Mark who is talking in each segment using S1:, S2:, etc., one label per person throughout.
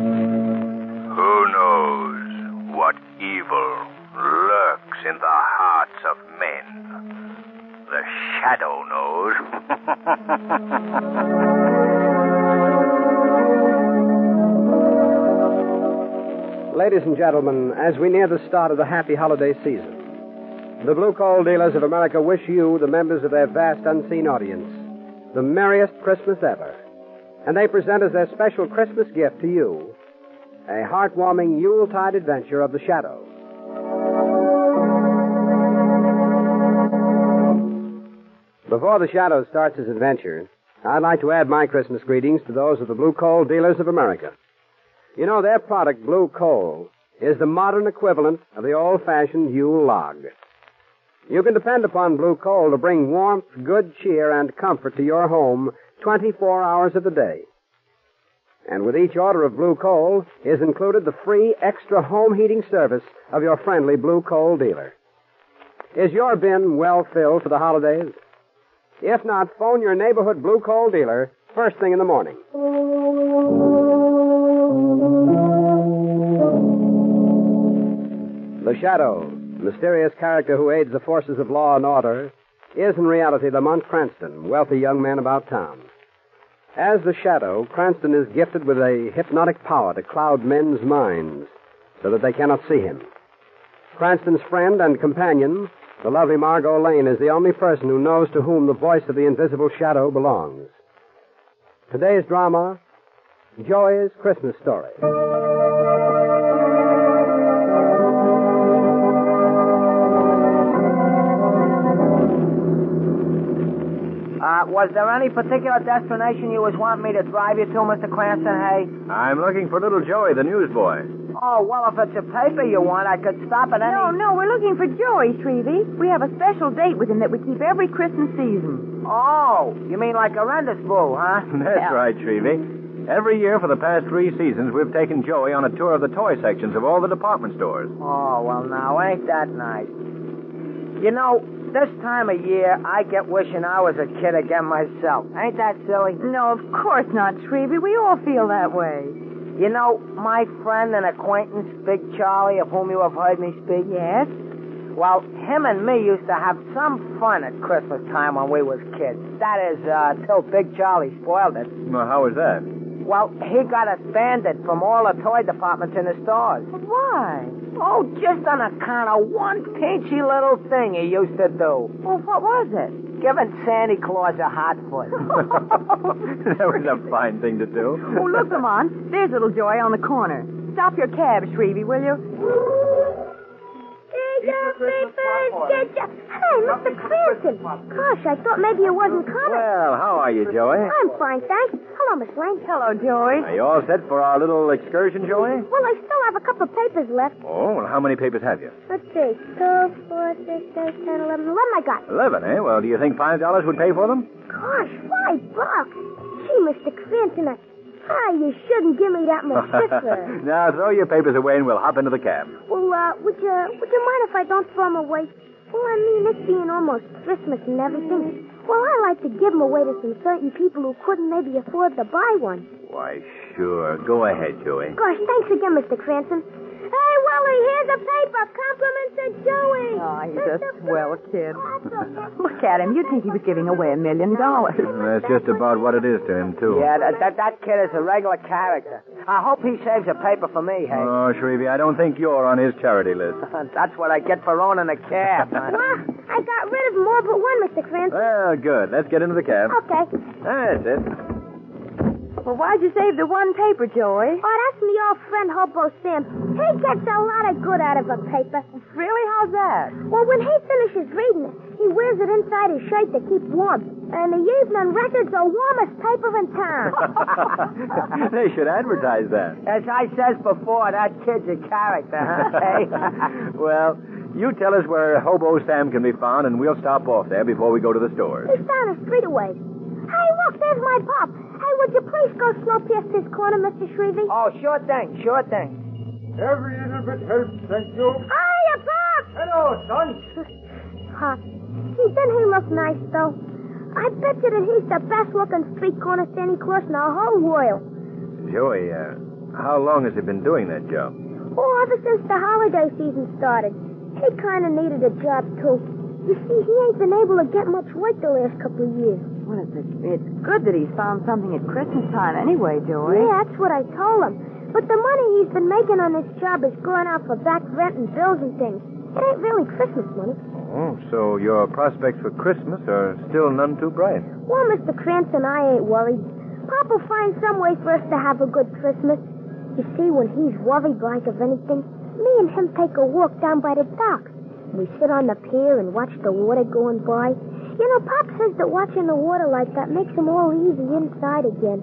S1: Who knows what evil lurks in the hearts of men? The shadow knows.
S2: Ladies and gentlemen, as we near the start of the happy holiday season, the Blue Coal Dealers of America wish you, the members of their vast unseen audience, the merriest Christmas ever. And they present as their special Christmas gift to you a heartwarming Yuletide adventure of the shadow. Before the shadow starts his adventure, I'd like to add my Christmas greetings to those of the Blue Coal Dealers of America. You know, their product, Blue Coal, is the modern equivalent of the old fashioned Yule log. You can depend upon Blue Coal to bring warmth, good cheer, and comfort to your home 24 hours of the day. And with each order of Blue Coal is included the free extra home heating service of your friendly Blue Coal dealer. Is your bin well filled for the holidays? If not, phone your neighborhood Blue Coal dealer first thing in the morning. The Shadow, mysterious character who aids the forces of law and order, is in reality Lamont Cranston, wealthy young man about town. As the Shadow, Cranston is gifted with a hypnotic power to cloud men's minds so that they cannot see him. Cranston's friend and companion, the lovely Margot Lane, is the only person who knows to whom the voice of the invisible Shadow belongs. Today's drama, Joy's Christmas Story.
S3: Uh, was there any particular destination you was wanting me to drive you to, Mr. Cranston, hey?
S1: I'm looking for little Joey, the newsboy.
S3: Oh, well, if it's a paper you want, I could stop at any...
S4: No, no, we're looking for Joey, Shrevey. We have a special date with him that we keep every Christmas season.
S3: Oh, you mean like a rendezvous, huh?
S1: That's
S3: Yeah.
S1: right, Shrevey. Every year for the past three seasons, we've taken Joey on a tour of the toy sections of all the department stores.
S3: Oh, well, now, ain't that nice? You know, this time of year, I get wishing I was a kid again myself. Ain't that silly?
S4: No, of course not, Shrevey. We all feel that way.
S3: You know, my friend and acquaintance, Big Charlie, of whom you have heard me speak,
S4: Yes?
S3: Well, him and me used to have some fun at Christmas time when we was kids. That is, uh, till Big Charlie spoiled it.
S1: Well, how was that?
S3: Well, he got us banded from all the toy departments in the stores.
S4: Why?
S3: Oh, just on account of one pinchy little thing he used to do.
S4: Well, what was it?
S3: Giving Santa Claus a hot foot.
S1: that was a fine thing to do.
S4: Oh, look, Lamont. There's little Joey on the corner. Stop your cab, Shrevey, will you?
S5: There's your paper. There's your... Hi, Mr. Cranston. Gosh, I thought maybe you wasn't coming.
S1: Well, how are you, Joey?
S5: I'm fine, thanks. Hello, Miss Lane.
S4: Hello, Joey.
S1: Are you all set for our little excursion, Joey?
S5: Well, I still have a couple of papers left.
S1: Oh, well, how many papers have you?
S5: Let's see. Two, four, six, eight, ten, eleven. Eleven I got.
S1: Eleven, eh? Well, do you think five dollars would pay for them?
S5: Gosh, five bucks. Gee, Mr. Cranston, I... Hi, you shouldn't give me that much sister.
S1: now throw your papers away and we'll hop into the cab.
S5: well, uh, would you, would you mind if I don't throw 'em away? Well, I mean, it's being almost Christmas and everything. Well, I like to give 'em away to some certain people who couldn't maybe afford to buy one.
S1: Why, sure. Go ahead, Joey.
S5: Gosh, thanks again, Mr. Cranston. Hey, Willie, here's a paper. Compliments to Joey.
S4: Aw, he's a swell kid. Look at him. You'd think he was giving away a million dollars.
S1: That's just about what it is to him, too.
S3: Yeah, that, that, that kid is a regular character. I hope he saves a paper for me, hey?
S1: Oh, Shrevey, I don't think you're on his charity list.
S3: That's what I get for owning a cab. huh?
S5: Well, I got rid of them all but one, Mr. Cranston.
S1: Well, good. Let's get into the cab.
S5: Okay.
S1: That's it.
S4: Well, why'd you save the one paper, Joey?
S5: Oh, that's me old friend Hobo Sam. He gets a lot of good out of a paper.
S4: Really? How's that?
S5: Well, when he finishes reading it, he wears it inside his shirt to keep warm. And the evening record's the warmest paper in town.
S1: they should advertise that.
S3: As I says before, that kid's a character, huh? Hey?
S1: well, you tell us where Hobo Sam can be found, and we'll stop off there before we go to the stores.
S5: He's down a street away. Hey, look, there's my pop. Hey, would you please go slow past this corner, Mr. Shrevey?
S3: oh, sure thing, sure thing.
S6: Every little bit helps, thank you.
S5: Hiya, Pop!
S6: Hello, son.
S5: Pop. Gee, didn't he look nice, though? I bet you that he's the best looking street corner Santa Claus in the whole world.
S1: Joey, uh, how long has he been doing that job?
S5: Oh, ever since the holiday season started. He kind of needed a job, too. You see, he ain't been able to get much work the last couple of years.
S4: Well, it's, it's good that he's found something at Christmas time eh, anyway, Joey.
S5: Yeah, that's what I told him. But the money he's been making on this job is going out for back rent and bills and things. It ain't really Christmas money.
S1: Oh, so your prospects for Christmas are still none too bright.
S5: Well, Mr. Cranston, I ain't worried. Papa'll find some way for us to have a good Christmas. You see, when he's worried like of anything, me and him take a walk down by the dock. We sit on the pier and watch the water going by. You know, Pop says that watching the water like that makes him all easy inside again.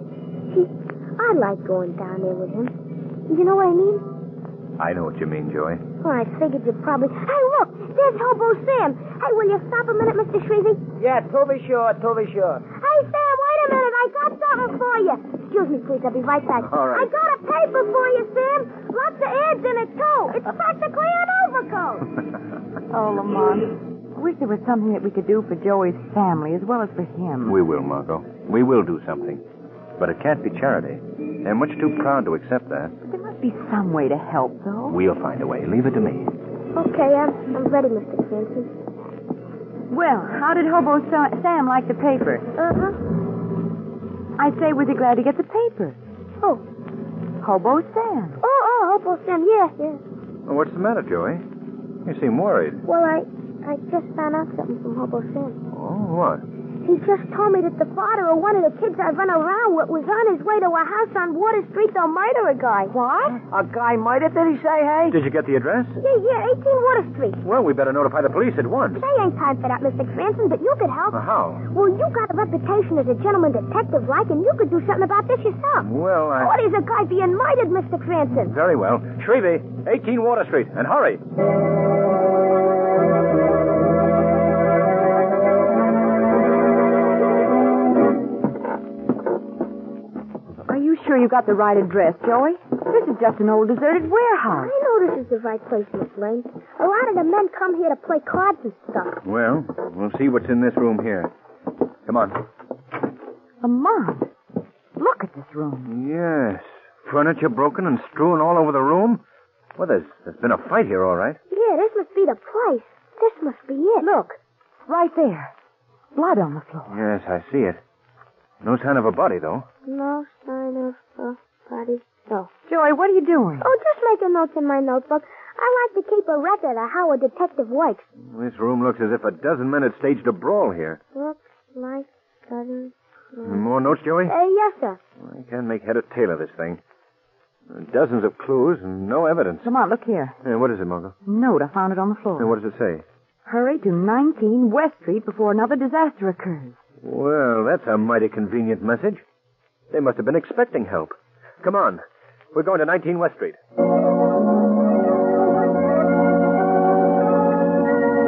S5: See, I like going down there with him. You know what I mean?
S1: I know what you mean, Joey.
S5: Well, Oh, I figured you probably. Hey, look! There's Hobo Sam! Hey, will you stop a minute, Mr. Shrevey?
S3: Yeah, to be sure, to be sure.
S5: Hey, Sam, wait a minute. I got something for you. Excuse me, please. I'll be right back.
S1: All right.
S5: I got a paper for you, Sam. Lots of ads in it, too. It's practically an overcoat.
S4: Oh, Lamont. I wish there was something that we could do for Joey's family as well as for him.
S1: We will, Margot. We will do something. But it can't be charity. They're much too proud to accept that.
S4: There must be some way to help, though.
S1: We'll find a way. Leave it to me.
S5: Okay, I'm, I'm ready, Mr. Clancy.
S4: Well, how did Hobo Sa- Sam like the paper?
S5: Uh huh.
S4: I say, was he glad to get the paper?
S5: Oh.
S4: Hobo Sam.
S5: Oh, oh, Hobo Sam. Yeah, yeah.
S1: What's the matter, Joey? You seem worried.
S5: Well, I, I just found out something from Hobo Sam.
S1: Oh, what?
S5: He just told me that the father of one of the kids I run around with was on his way to a house on Water Street to murder a guy. What?
S3: A guy might have, did he say, hey?
S1: Did you get the address?
S5: Yeah, yeah, 18 Water Street.
S1: Well, we better notify the police at once.
S5: Say ain't time for that, Mr. Cranston, but you could help.
S1: Uh,
S4: Uh-huh.
S1: how?
S5: Well, you got a reputation as a gentleman detective, like, and you could do something about this yourself.
S1: Well, I.
S5: What is a guy being murdered, Mr. Cranston?
S1: Very well. Shrevey, 18 Water Street, and hurry.
S4: Are you sure you got the right address, Joey? This is just an old deserted warehouse.
S5: I know this is the right place, Miss Lane. A lot of the men come here to play cards and stuff.
S1: Well, we'll see what's in this room here. Come on.
S4: Lamont, look at this room.
S1: Yes. Furniture broken and strewn all over the room? Well, there's, there's been a fight here, all right.
S5: Yeah, this must be the place. This must be it.
S4: Look, right there. Blood on the floor.
S1: Yes, I see it. No sign of a body, though.
S5: No sign of a body. No.
S4: Joey, what are you doing?
S5: Oh, just make a note in my notebook. I like to keep a record of how a detective works.
S1: This room looks as if a dozen men had staged a brawl here.
S5: Looks like sudden.
S1: More notes, Joey?
S4: Mm-hmm.
S5: Uh, yes, sir.
S1: I can't make head or tail of this thing. Dozens of clues and no evidence.
S4: Lamont, look here.
S1: Hey, what is it, Margot?
S4: Note, I found it on the floor.
S1: Hey, what does it say?
S4: Hurry to 19 West Street before another disaster occurs.
S1: Well, that's a mighty convenient message. They must have been expecting help. Come on. We're going to 19 West Street.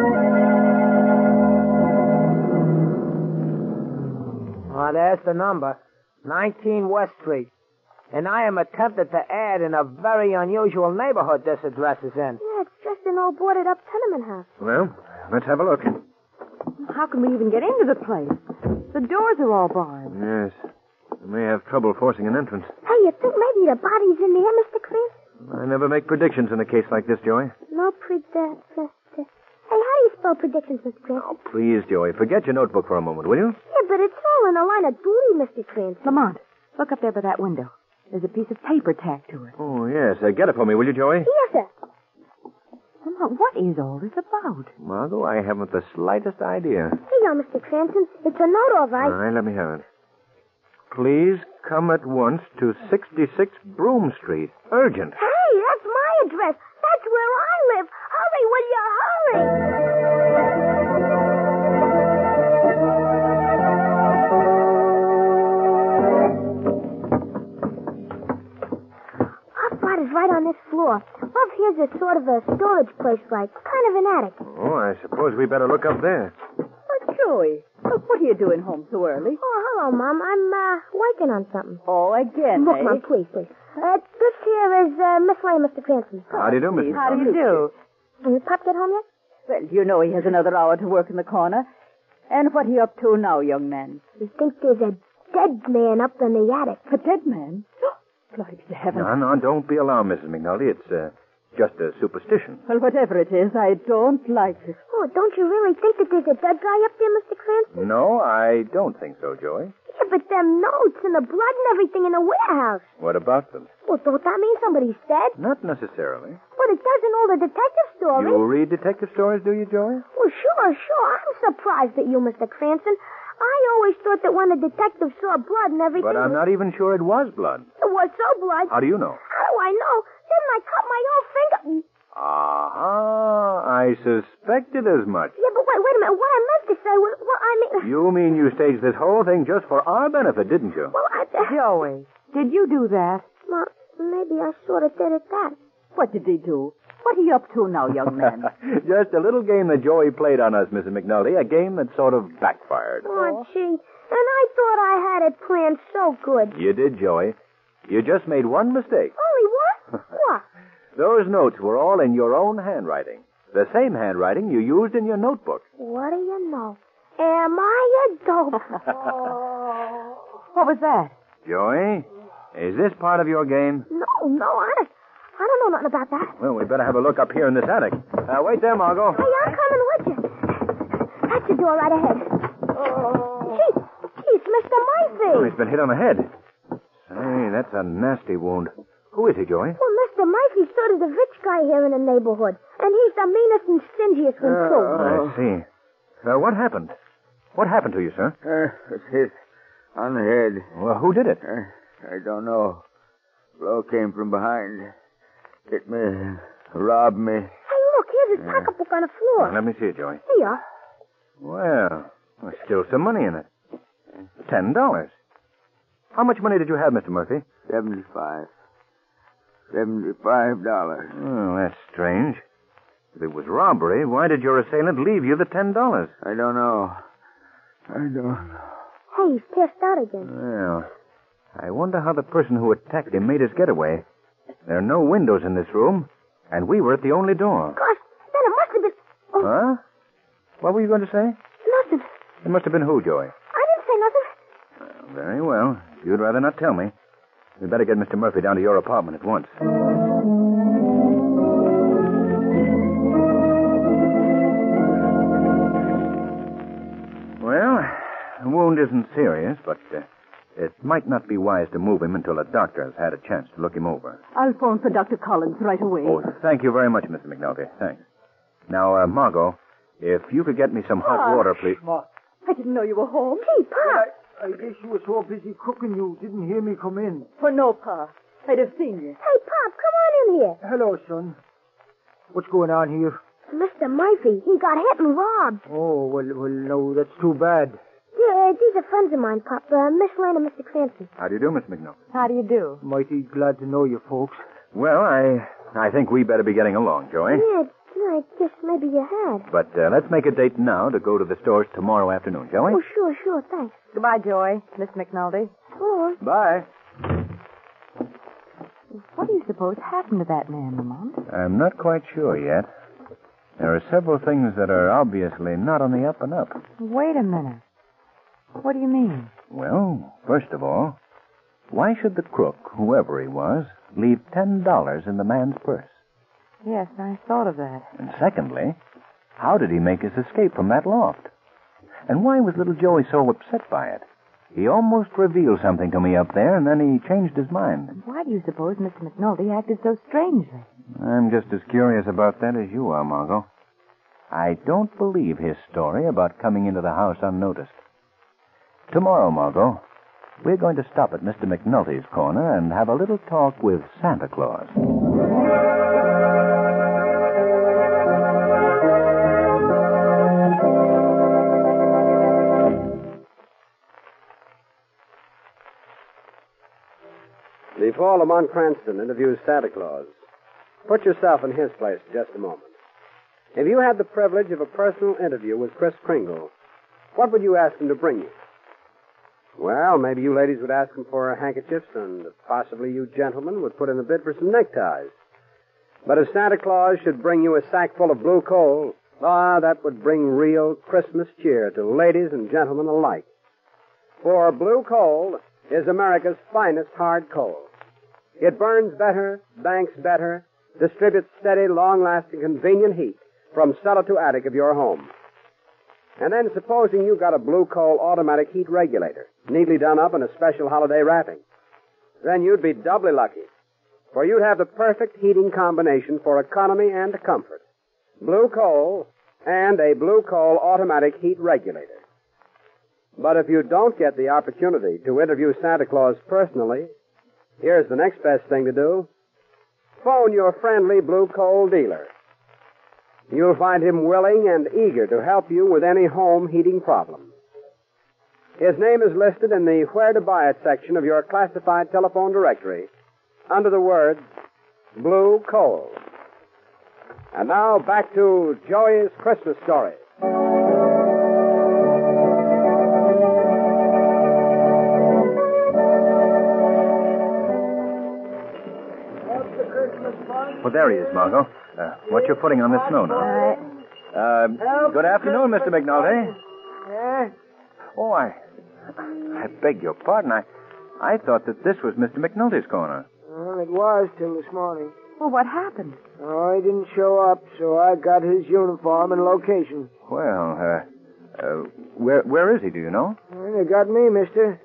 S3: Well, Ah, there's the number. 19 West Street. And I am attempted to add in a very unusual neighborhood this address is in.
S5: Yeah, it's just an old boarded up tenement house.
S1: Well, let's have a look.
S4: How can we even get into the place? The doors are all barred.
S1: Yes. We may have trouble forcing an entrance.
S5: Hey, you think maybe the body's in there, Mr. Chris?
S1: I never make predictions in a case like this, Joey.
S5: No prediction. Hey, how do you spell predictions, Mr. Chris?
S1: Oh, please, Joey, forget your notebook for a moment, will you?
S5: Yeah, but it's all in the line of duty, Mr. Chris.
S4: Lamont, look up there by that window. There's a piece of paper tacked to it.
S1: Oh, yes. Uh, get it for me, will you, Joey?
S5: Yes, sir.
S4: Lamont, what is all this about?
S1: Margot, I haven't the slightest idea.
S5: Here you are, Mr. Cranston. It's a note, all
S1: All
S5: right.
S1: right, let me have it. Please come at once to 66 Broom Street. Urgent.
S5: Hey, that's my address. coming. Our spot is right on this floor. Up here's a sort of a storage place, like kind of an attic.
S1: Oh, I suppose we better look up there.
S7: Oh, Joey, what are you doing home so early?
S5: Oh, hello, Mom. I'm uh, working on something.
S7: Oh, again,
S5: Look,
S7: eh?
S5: Mom, please, please. Uh, this here is uh, Miss Lane, Mr. Cranston.
S1: How do you do, Mr.
S7: How do
S1: Dollar?
S7: you do?
S5: Did your pop get home yet?
S7: Well, you know he has another hour to work in the corner. And what are you up to now, young man?
S5: We think there's a dead man up in the attic.
S7: A dead man? Glory be to heaven.
S1: No, no, don't be alarmed, Mrs. McNulty. It's uh, just a superstition.
S7: Well, whatever it is, I don't like it.
S5: Oh, don't you really think that there's a dead guy up there, Mr. Cranston?
S1: No, I don't think so, Joey.
S5: Yeah, but them notes and the blood and everything in the warehouse.
S1: What about them?
S5: Well, don't that mean somebody's dead?
S1: Not necessarily.
S5: But it does in all the detective stories.
S1: You read detective stories, do you, Joey?
S5: Well, sure, sure. I'm surprised at you, Mr. Cranston. I always thought that when a detective saw blood and everything,
S1: But I'm not even sure it was blood.
S5: it was so blood.
S1: How do you know?
S5: How do I know? Then I cut my whole finger.
S1: Aha, I suspected as much.
S5: Yeah, but wait, wait a minute. What I meant to say was, well, I mean,
S1: You mean you staged this whole thing just for our benefit, didn't you?
S5: well, I,
S3: Joey, did you do that?
S5: Well, maybe I sort of did it that.
S7: What did he do? What are you up to now, young man?
S1: just a little game that Joey played on us, Mrs. McNulty, a game that sort of backfired.
S5: Oh, gee. And I thought I had it planned so good.
S1: You did, Joey. You just made one mistake.
S5: Only what? what?
S1: Those notes were all in your own handwriting. The same handwriting you used in your notebook.
S5: What do you know? Am I a dope?
S7: what was that?
S1: Joey, is this part of your game?
S5: no, no, honest. I don't know nothing about that.
S1: Well, we better have a look up here in this attic. Uh, wait there, Margot.
S5: Hey, I'm coming with you. That's the door right ahead.
S7: Oh.
S5: Gee, gee, it's Mr.
S1: Oh,
S5: Murphy.
S1: he's been hit on the head. Say, that's a nasty wound. Who is he, Joey?
S5: Well, Mr. Murphy's sort of the rich guy here in the neighborhood. And he's the meanest and stingiest one, too.
S7: Oh.
S1: I see. Uh, what happened? What happened to you, sir?
S8: Uh, it's hit on the head.
S1: Well, who did it?
S8: Uh, I don't know. Blow came from behind. Hit me. Robbed me.
S5: Hey, look, here's his pocketbook on the floor.
S1: Let me see it, Joey.
S5: Here you are.
S1: Well, there's still some money in it. Ten dollars. How much money did you have, Mr. Murphy?
S8: Seventy-five. Seventy-five dollars.
S1: Oh, that's strange. If it was robbery, why did your assailant leave you the ten dollars?
S8: I don't know. I don't know.
S5: Hey, he's passed out again.
S1: Well, I wonder how the person who attacked him made his getaway. There are no windows in this room, and we were at the only door.
S5: Gosh, then it must have been... Oh,
S1: Huh? What were you going to say?
S5: nothing.
S1: It must have been who, Joey?
S5: I didn't say nothing.
S1: Very well. If You'd rather not tell me. We better get Mr. Murphy down to your apartment at once. Well, the wound isn't serious, but uh, it might not be wise to move him until a doctor has had a chance to look him over.
S7: I'll phone for Dr. Collins right away.
S1: Oh, thank you very much, Mr. McNulty. Thanks. Now, uh, Margot, if you could get me some hot
S7: Ah.
S1: water, please.
S7: I didn't know you were home.
S5: Gee, Pop.
S6: I guess you were so busy cooking you didn't hear me come in.
S7: For no pa. I'd have seen you.
S5: Hey, Pop, come on in here.
S6: Hello, son. What's going on here?
S5: Mr. Murphy, he got hit and robbed.
S6: Oh, well, well, no, that's too bad.
S5: Yeah, uh, these are friends of mine, Pop. Uh, Miss Lane and Mr. Cranston.
S1: How do you do, Miss McNulty?
S7: How do you do?
S6: Mighty glad to know you folks.
S1: Well, I I think we better be getting along, Joey.
S5: Yeah, I guess maybe you had.
S1: But uh, let's make a date now to go to the stores tomorrow afternoon, shall we?
S5: Oh, sure, sure, thanks.
S7: Goodbye, Joy. Miss McNulty.
S5: Oh,
S1: Bye.
S7: What do you suppose happened to that man, Lamont?
S1: I'm not quite sure yet. There are several things that are obviously not on the up and up.
S7: Wait a minute. What do you mean?
S1: Well, first of all, why should the crook, whoever he was, leave ten dollars in the man's purse?
S7: Yes, I thought of that.
S1: And secondly, how did he make his escape from that loft? And why was little Joey so upset by it? He almost revealed something to me up there, and then he changed his mind.
S7: Why do you suppose Mr. McNulty acted so strangely?
S1: I'm just as curious about that as you are, Margot. I don't believe his story about coming into the house unnoticed. Tomorrow, Margot, we're going to stop at Mr. McNulty's corner and have a little talk with Santa Claus.
S2: Paul Lamont Cranston interviews Santa Claus. Put yourself in his place for just a moment. If you had the privilege of a personal interview with Chris Kringle, what would you ask him to bring you? Well, maybe you ladies would ask him for handkerchiefs, and possibly you gentlemen would put in a bid for some neckties. But if Santa Claus should bring you a sack full of blue coal, ah, that would bring real Christmas cheer to ladies and gentlemen alike. For blue coal is America's finest hard coal. It burns better, banks better, distributes steady, long-lasting, convenient heat from cellar to attic of your home. And then supposing you got a blue coal automatic heat regulator, neatly done up in a special holiday wrapping. Then you'd be doubly lucky, for you'd have the perfect heating combination for economy and comfort. Blue coal and a blue coal automatic heat regulator. But if you don't get the opportunity to interview Santa Claus personally, here's the next best thing to do. Phone your friendly blue coal dealer. You'll find him willing and eager to help you with any home heating problem. His name is listed in the Where to Buy It section of your classified telephone directory under the words Blue Coal. And now back to Joey's Christmas story.
S1: Well, there he is, Margot. Uh, what's your footing on this snow now? Uh, good afternoon, Mr. McNulty.
S6: Yeah?
S1: Oh, I, I beg your pardon. I, I thought that this was Mr. McNulty's corner.
S3: Well, it was till this morning.
S7: Well, what happened?
S3: Oh, he didn't show up, so I got his uniform and location.
S1: Well, uh, uh, where, where is he? Do you know?
S3: Well, they got me, mister.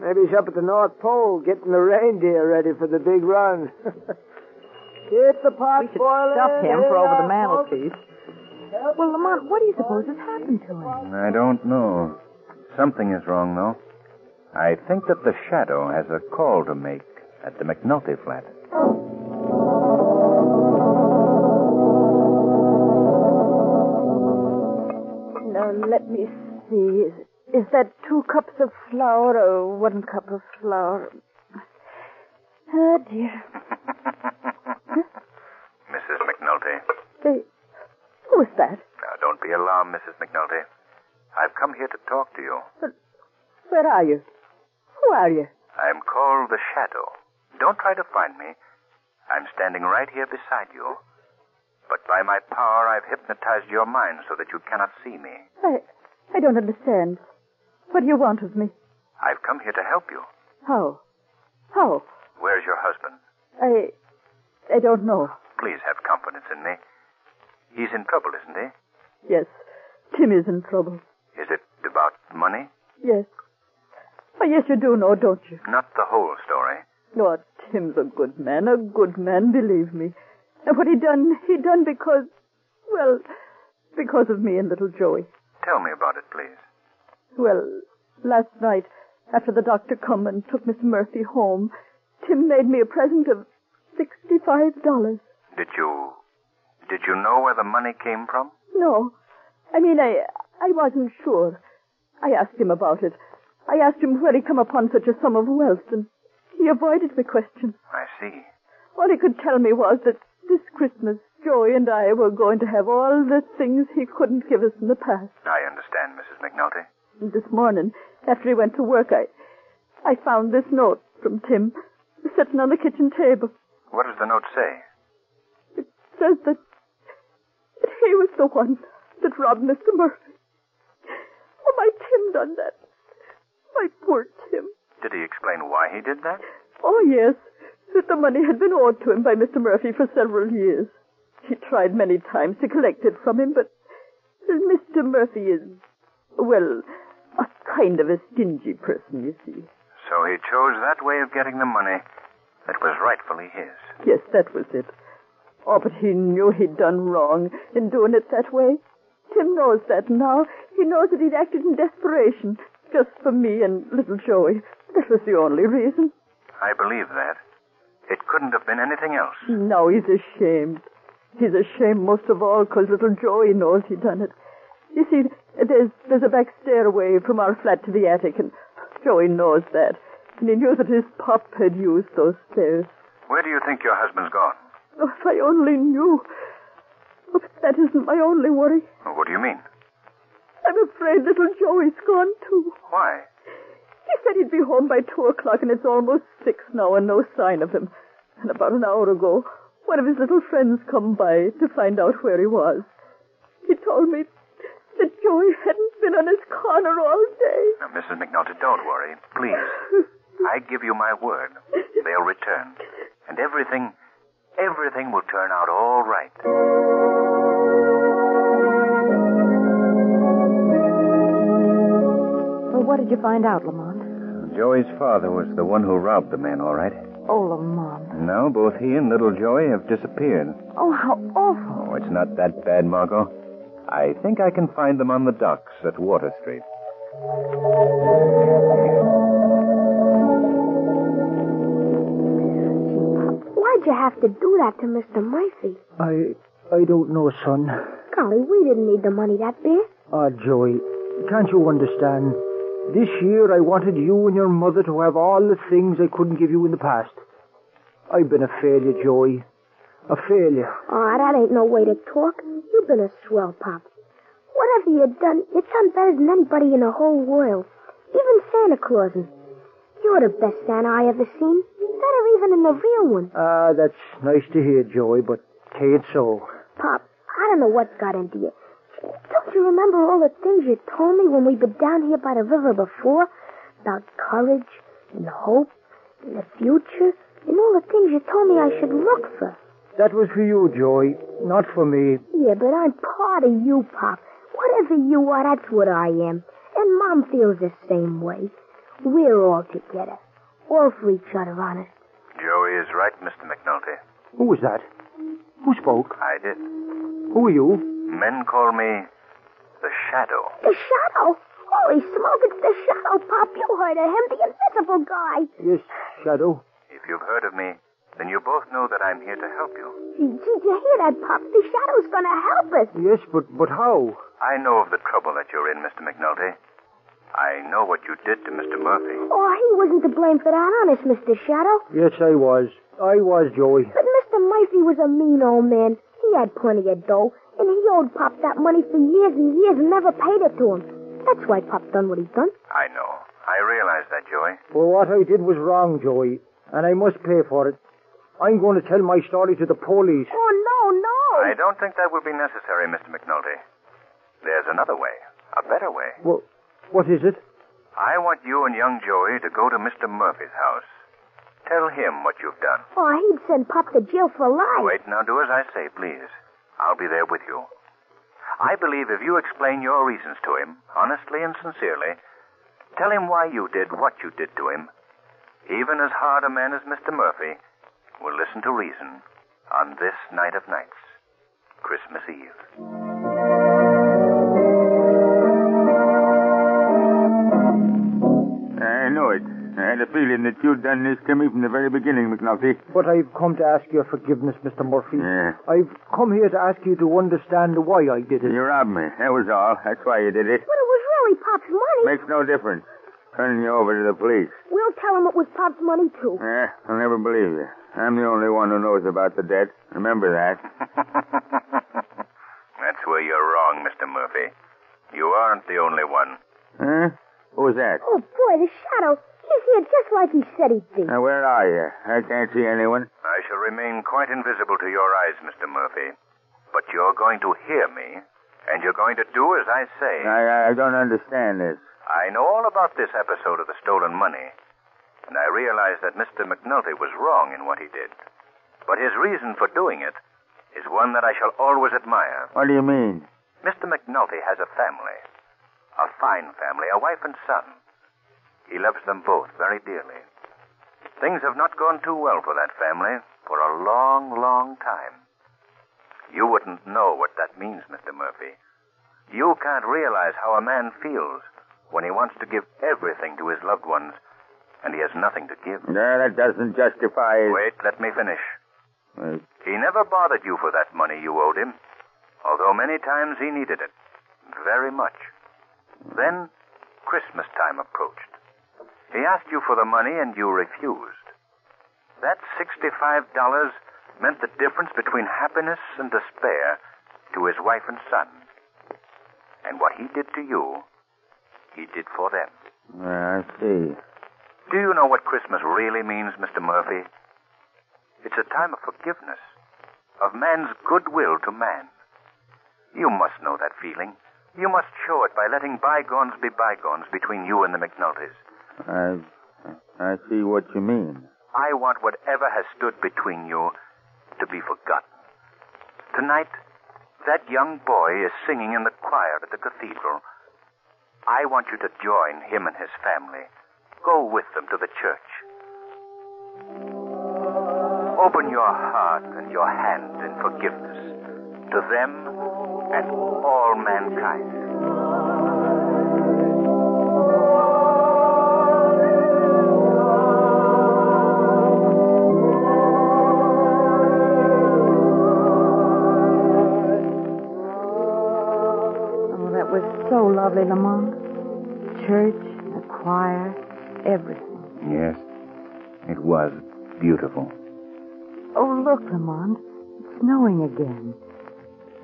S3: Maybe he's up at the North Pole getting the reindeer ready for the big run. Get the pot
S7: We should
S3: boiling.
S7: stuff him for over the mantelpiece.
S4: Uh,
S3: Well,
S7: Lamont, what do you suppose has happened to him?
S1: I don't know. Something is wrong, though. I think that the shadow has a call to make at the McNulty flat.
S7: Now, let me see. Is, is that two cups of flour or one cup of flour? Oh, dear.
S8: Mrs. McNulty.
S7: They, who was that?
S8: Now, don't be alarmed, Mrs. McNulty. I've come here to talk to you.
S7: Where are you? Who are you?
S8: I'm called the Shadow. Don't try to find me. I'm standing right here beside you. But by my power, I've hypnotized your mind so that you cannot see me.
S7: I, I don't understand. What do you want of me?
S8: I've come here to help you.
S7: How? How?
S8: Where's your husband?
S7: I, I don't know.
S8: Please have confidence in me. He's in trouble, isn't he?
S7: Yes, Tim is in trouble.
S8: Is it about money?
S7: Yes. Oh, yes, you do know, don't you?
S8: Not the whole story.
S7: No, Tim's a good man, a good man, believe me. And what he done, he done because, well, because of me and little Joey.
S8: Tell me about it, please.
S7: Well, last night, after the doctor come and took Miss Murphy home, Tim made me a present of sixty-five dollars.
S8: Did you. Did you know where the money came from?
S7: No, I mean I I wasn't sure. I asked him about it. I asked him where he come upon such a sum of wealth, and he avoided the question.
S8: I see.
S7: All he could tell me was that this Christmas Joey and I were going to have all the things he couldn't give us in the past.
S8: I understand, Mrs. McNulty.
S7: And this morning, after he went to work, I I found this note from Tim sitting on the kitchen table.
S8: What does the note say?
S7: says that that he was the one that robbed Mr. Murphy. Oh, my Tim done that. My poor Tim.
S8: Did he explain why he did that?
S7: Oh, yes, that the money had been owed to him by Mr. Murphy for several years. He tried many times to collect it from him, but Mr. Murphy is, well, a kind of a stingy person, you see.
S8: So he chose that way of getting the money that was rightfully his.
S7: Yes, that was it. Oh, but he knew he'd done wrong in doing it that way. Tim knows that now. He knows that he'd acted in desperation, just for me and little Joey. That was the only reason.
S8: I believe that. It couldn't have been anything else.
S7: Now he's ashamed. He's ashamed most of all 'cause little Joey knows he done it. You see, there's there's a back stairway from our flat to the attic, and Joey knows that. and he knew that his pop had used those stairs.
S1: Where do you think your husband's gone?
S7: Oh, if I only knew. Oh, but that isn't my only worry.
S1: What do you mean?
S7: I'm afraid little Joey's gone too.
S1: Why?
S7: He said he'd be home by two o'clock, and it's almost six now, and no sign of him. And about an hour ago, one of his little friends come by to find out where he was. He told me that Joey hadn't been on his corner all day.
S1: Now, Mrs. McNulty, don't worry. Please. I give you my word. They'll return. And everything, everything will turn out all right.
S4: Well, what did you find out, Lamont?
S9: Joey's father was the one who robbed the man, all right.
S4: Oh, Lamont.
S9: Now both he and little Joey have disappeared.
S4: Oh, how awful.
S9: Oh, it's not that bad, Margot. I think I can find them on the docks at Water Street.
S5: Why'd you have to do that to Mr. Murphy?
S10: I I don't know, son.
S5: Golly, we didn't need the money that bad.
S10: Ah, Joey, can't you understand? This year I wanted you and your mother to have all the things I couldn't give you in the past. I've been a failure, Joey. A failure.
S5: Aw, that ain't no way to talk. You've been a swell pop. Whatever you done, you done better than anybody in the whole world. Even Santa Claus. You're the best Santa I ever seen. Better even than the real one.
S10: Ah, that's nice to hear, Joey, but say it so.
S5: Pop, I don't know what got into you. Don't you remember all the things you told me when we were down here by the river before? About courage and hope and the future and all the things you told me I should look for.
S10: That was for you, Joey, not for me.
S5: Yeah, but I'm part of you, Pop. Whatever you are, that's what I am. And Mom feels the same way. We're all together. All for each other, honest.
S1: Joey is right, Mr. McNulty.
S10: Who was that? Who spoke?
S1: I did.
S10: Who are you?
S1: Men call me the Shadow.
S5: The shadow? Holy smoke, it's the shadow, Pop. You heard of him, the invisible guy.
S10: Yes, Shadow.
S1: If you've heard of me, then you both know that I'm here to help you.
S5: Gee, Did you hear that, Pop? The shadow's gonna help us.
S10: Yes, but but how?
S1: I know of the trouble that you're in, Mr. McNulty. I know what you did to Mr. Murphy.
S5: Oh, he wasn't to blame for that, honest, Mr. Shadow.
S10: Yes, I was. I was, Joey.
S5: But Mr. Murphy was a mean old man. He had plenty of dough, and he owed Pop that money for years and years and never paid it to him. That's why Pop done what he done.
S1: I know. I realize that, Joey.
S10: Well, what I did was wrong, Joey, and I must pay for it. I'm going to tell my story to the police.
S5: Oh, no, no.
S1: I don't think that will be necessary, Mr. McNulty. There's another way, a better way.
S10: Well, what is it?
S1: I want you and young Joey to go to Mr. Murphy's house. Tell him what you've done.
S5: Oh, he'd send Pop to jail for life.
S1: Oh, Wait, now do as I say, please. I'll be there with you. I believe if you explain your reasons to him, honestly and sincerely, tell him why you did what you did to him, even as hard a man as Mr. Murphy will listen to reason on this night of nights, Christmas Eve.
S11: I know it. I had a feeling that you'd done this to me from the very beginning, McNulty.
S10: But I've come to ask your forgiveness, Mr. Murphy.
S11: Yeah.
S10: I've come here to ask you to understand why I did it.
S11: You robbed me. That was all. That's why you did it.
S5: But it was really Pop's money.
S11: Makes no difference. Turning you over to the police.
S5: We'll tell him it was Pop's money, too.
S11: Yeah, I'll never believe you. I'm the only one who knows about the debt. Remember that.
S1: That's where you're wrong, Mr. Murphy. You aren't the only one.
S11: Huh? Who was that?
S5: Oh, boy, the shadow. He's here just like he said he'd be.
S11: Now, where are you? I can't see anyone.
S1: I shall remain quite invisible to your eyes, Mr. Murphy. But you're going to hear me, and you're going to do as I say.
S11: I, I don't understand this.
S1: I know all about this episode of the stolen money, and I realize that Mr. McNulty was wrong in what he did. But his reason for doing it is one that I shall always admire.
S11: What do you mean?
S1: Mr. McNulty has a family, a fine family, a wife and son. He loves them both very dearly. Things have not gone too well for that family for a long, long time. You wouldn't know what that means, Mr. Murphy. You can't realize how a man feels when he wants to give everything to his loved ones and he has nothing to give.
S11: No, that doesn't justify it.
S1: Wait, let me finish.
S11: Wait.
S1: He never bothered you for that money you owed him, although many times he needed it. Very much. Then Christmas time approached. He asked you for the money and you refused. That $65 meant the difference between happiness and despair to his wife and son. And what he did to you, he did for them.
S11: Yeah, I see.
S1: Do you know what Christmas really means, Mr. Murphy? It's a time of forgiveness, of man's goodwill to man. You must know that feeling. You must show it by letting bygones be bygones between you and the McNultys.
S11: I, I see what you mean.
S1: I want whatever has stood between you to be forgotten. Tonight, that young boy is singing in the choir at the cathedral. I want you to join him and his family. Go with them to the church. Open your heart and your hand in forgiveness to them and all mankind.
S4: Oh, that was so lovely, Lamont. Church, the choir, everything.
S12: Yes, it was beautiful.
S4: Oh, look, Lamont. It's snowing again.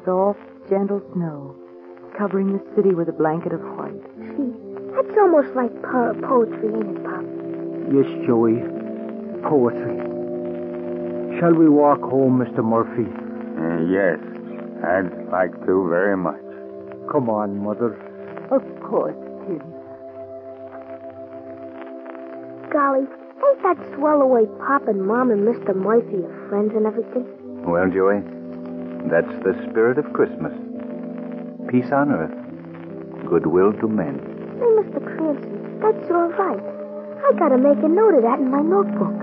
S4: Soft, gentle snow, covering the city with a blanket of white.
S5: That's almost like po- poetry, ain't it, Pop?
S13: Yes, Joey. Poetry. Shall we walk home, Mr. Murphy?
S11: Uh, yes, I'd like to very much.
S13: Come on, Mother.
S4: Of course, kid.
S5: Golly, ain't that swell the way Pop and Mom and Mr. Murphy are friends and everything?
S12: Well, Joey, that's the spirit of Christmas. Peace on earth, goodwill to men.
S5: Hey, Mr. Cranston, that's all right. I gotta make a note of that in my notebook.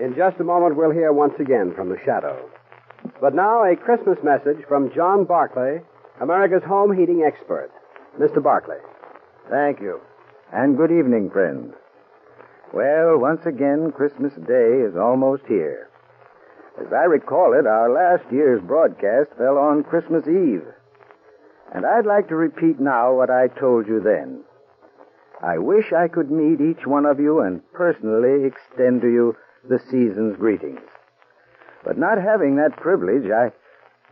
S2: In just a moment, we'll hear once again from the shadow. But now, a Christmas message from John Barclay, America's home heating expert. Mr. Barclay.
S14: Thank you. And good evening, friends. Well, once again, Christmas Day is almost here. As I recall it, our last year's broadcast fell on Christmas Eve. And I'd like to repeat now what I told you then. I wish I could meet each one of you and personally extend to you the season's greetings. But not having that privilege, I,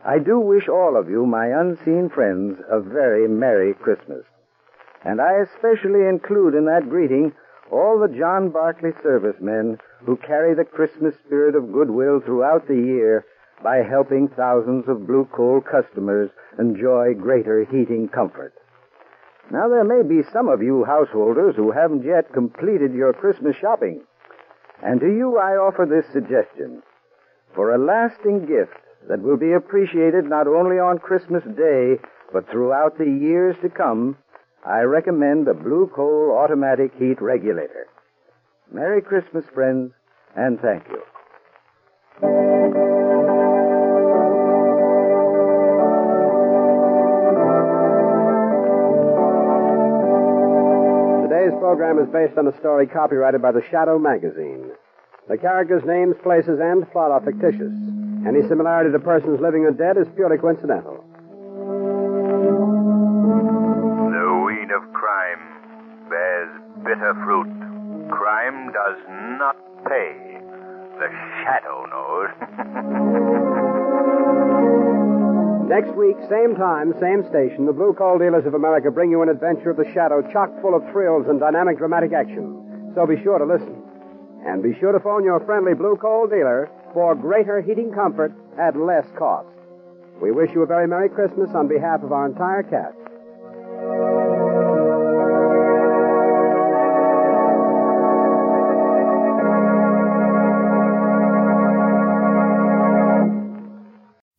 S14: I do wish all of you, my unseen friends, a very Merry Christmas. And I especially include in that greeting all the John Barclay servicemen who carry the Christmas spirit of goodwill throughout the year by helping thousands of blue coal customers enjoy greater heating comfort. Now, there may be some of you householders who haven't yet completed your Christmas shopping. And to you, I offer this suggestion. For a lasting gift that will be appreciated not only on Christmas Day, but throughout the years to come, I recommend the Blue Coal Automatic Heat Regulator. Merry Christmas, friends, and thank you.
S2: Today's program is based on a story copyrighted by The Shadow magazine. The characters' names, places, and plot are fictitious. Any similarity to persons living or dead is purely coincidental.
S1: The weed of crime bears bitter fruit. Crime does not pay. The shadow knows.
S2: Next week, same time, same station, the Blue Coal Dealers of America bring you an adventure of the shadow chock full of thrills and dynamic dramatic action. So be sure to listen. And be sure to phone your friendly Blue Coal dealer for greater heating comfort at less cost. We wish you a very Merry Christmas on behalf of our entire cast.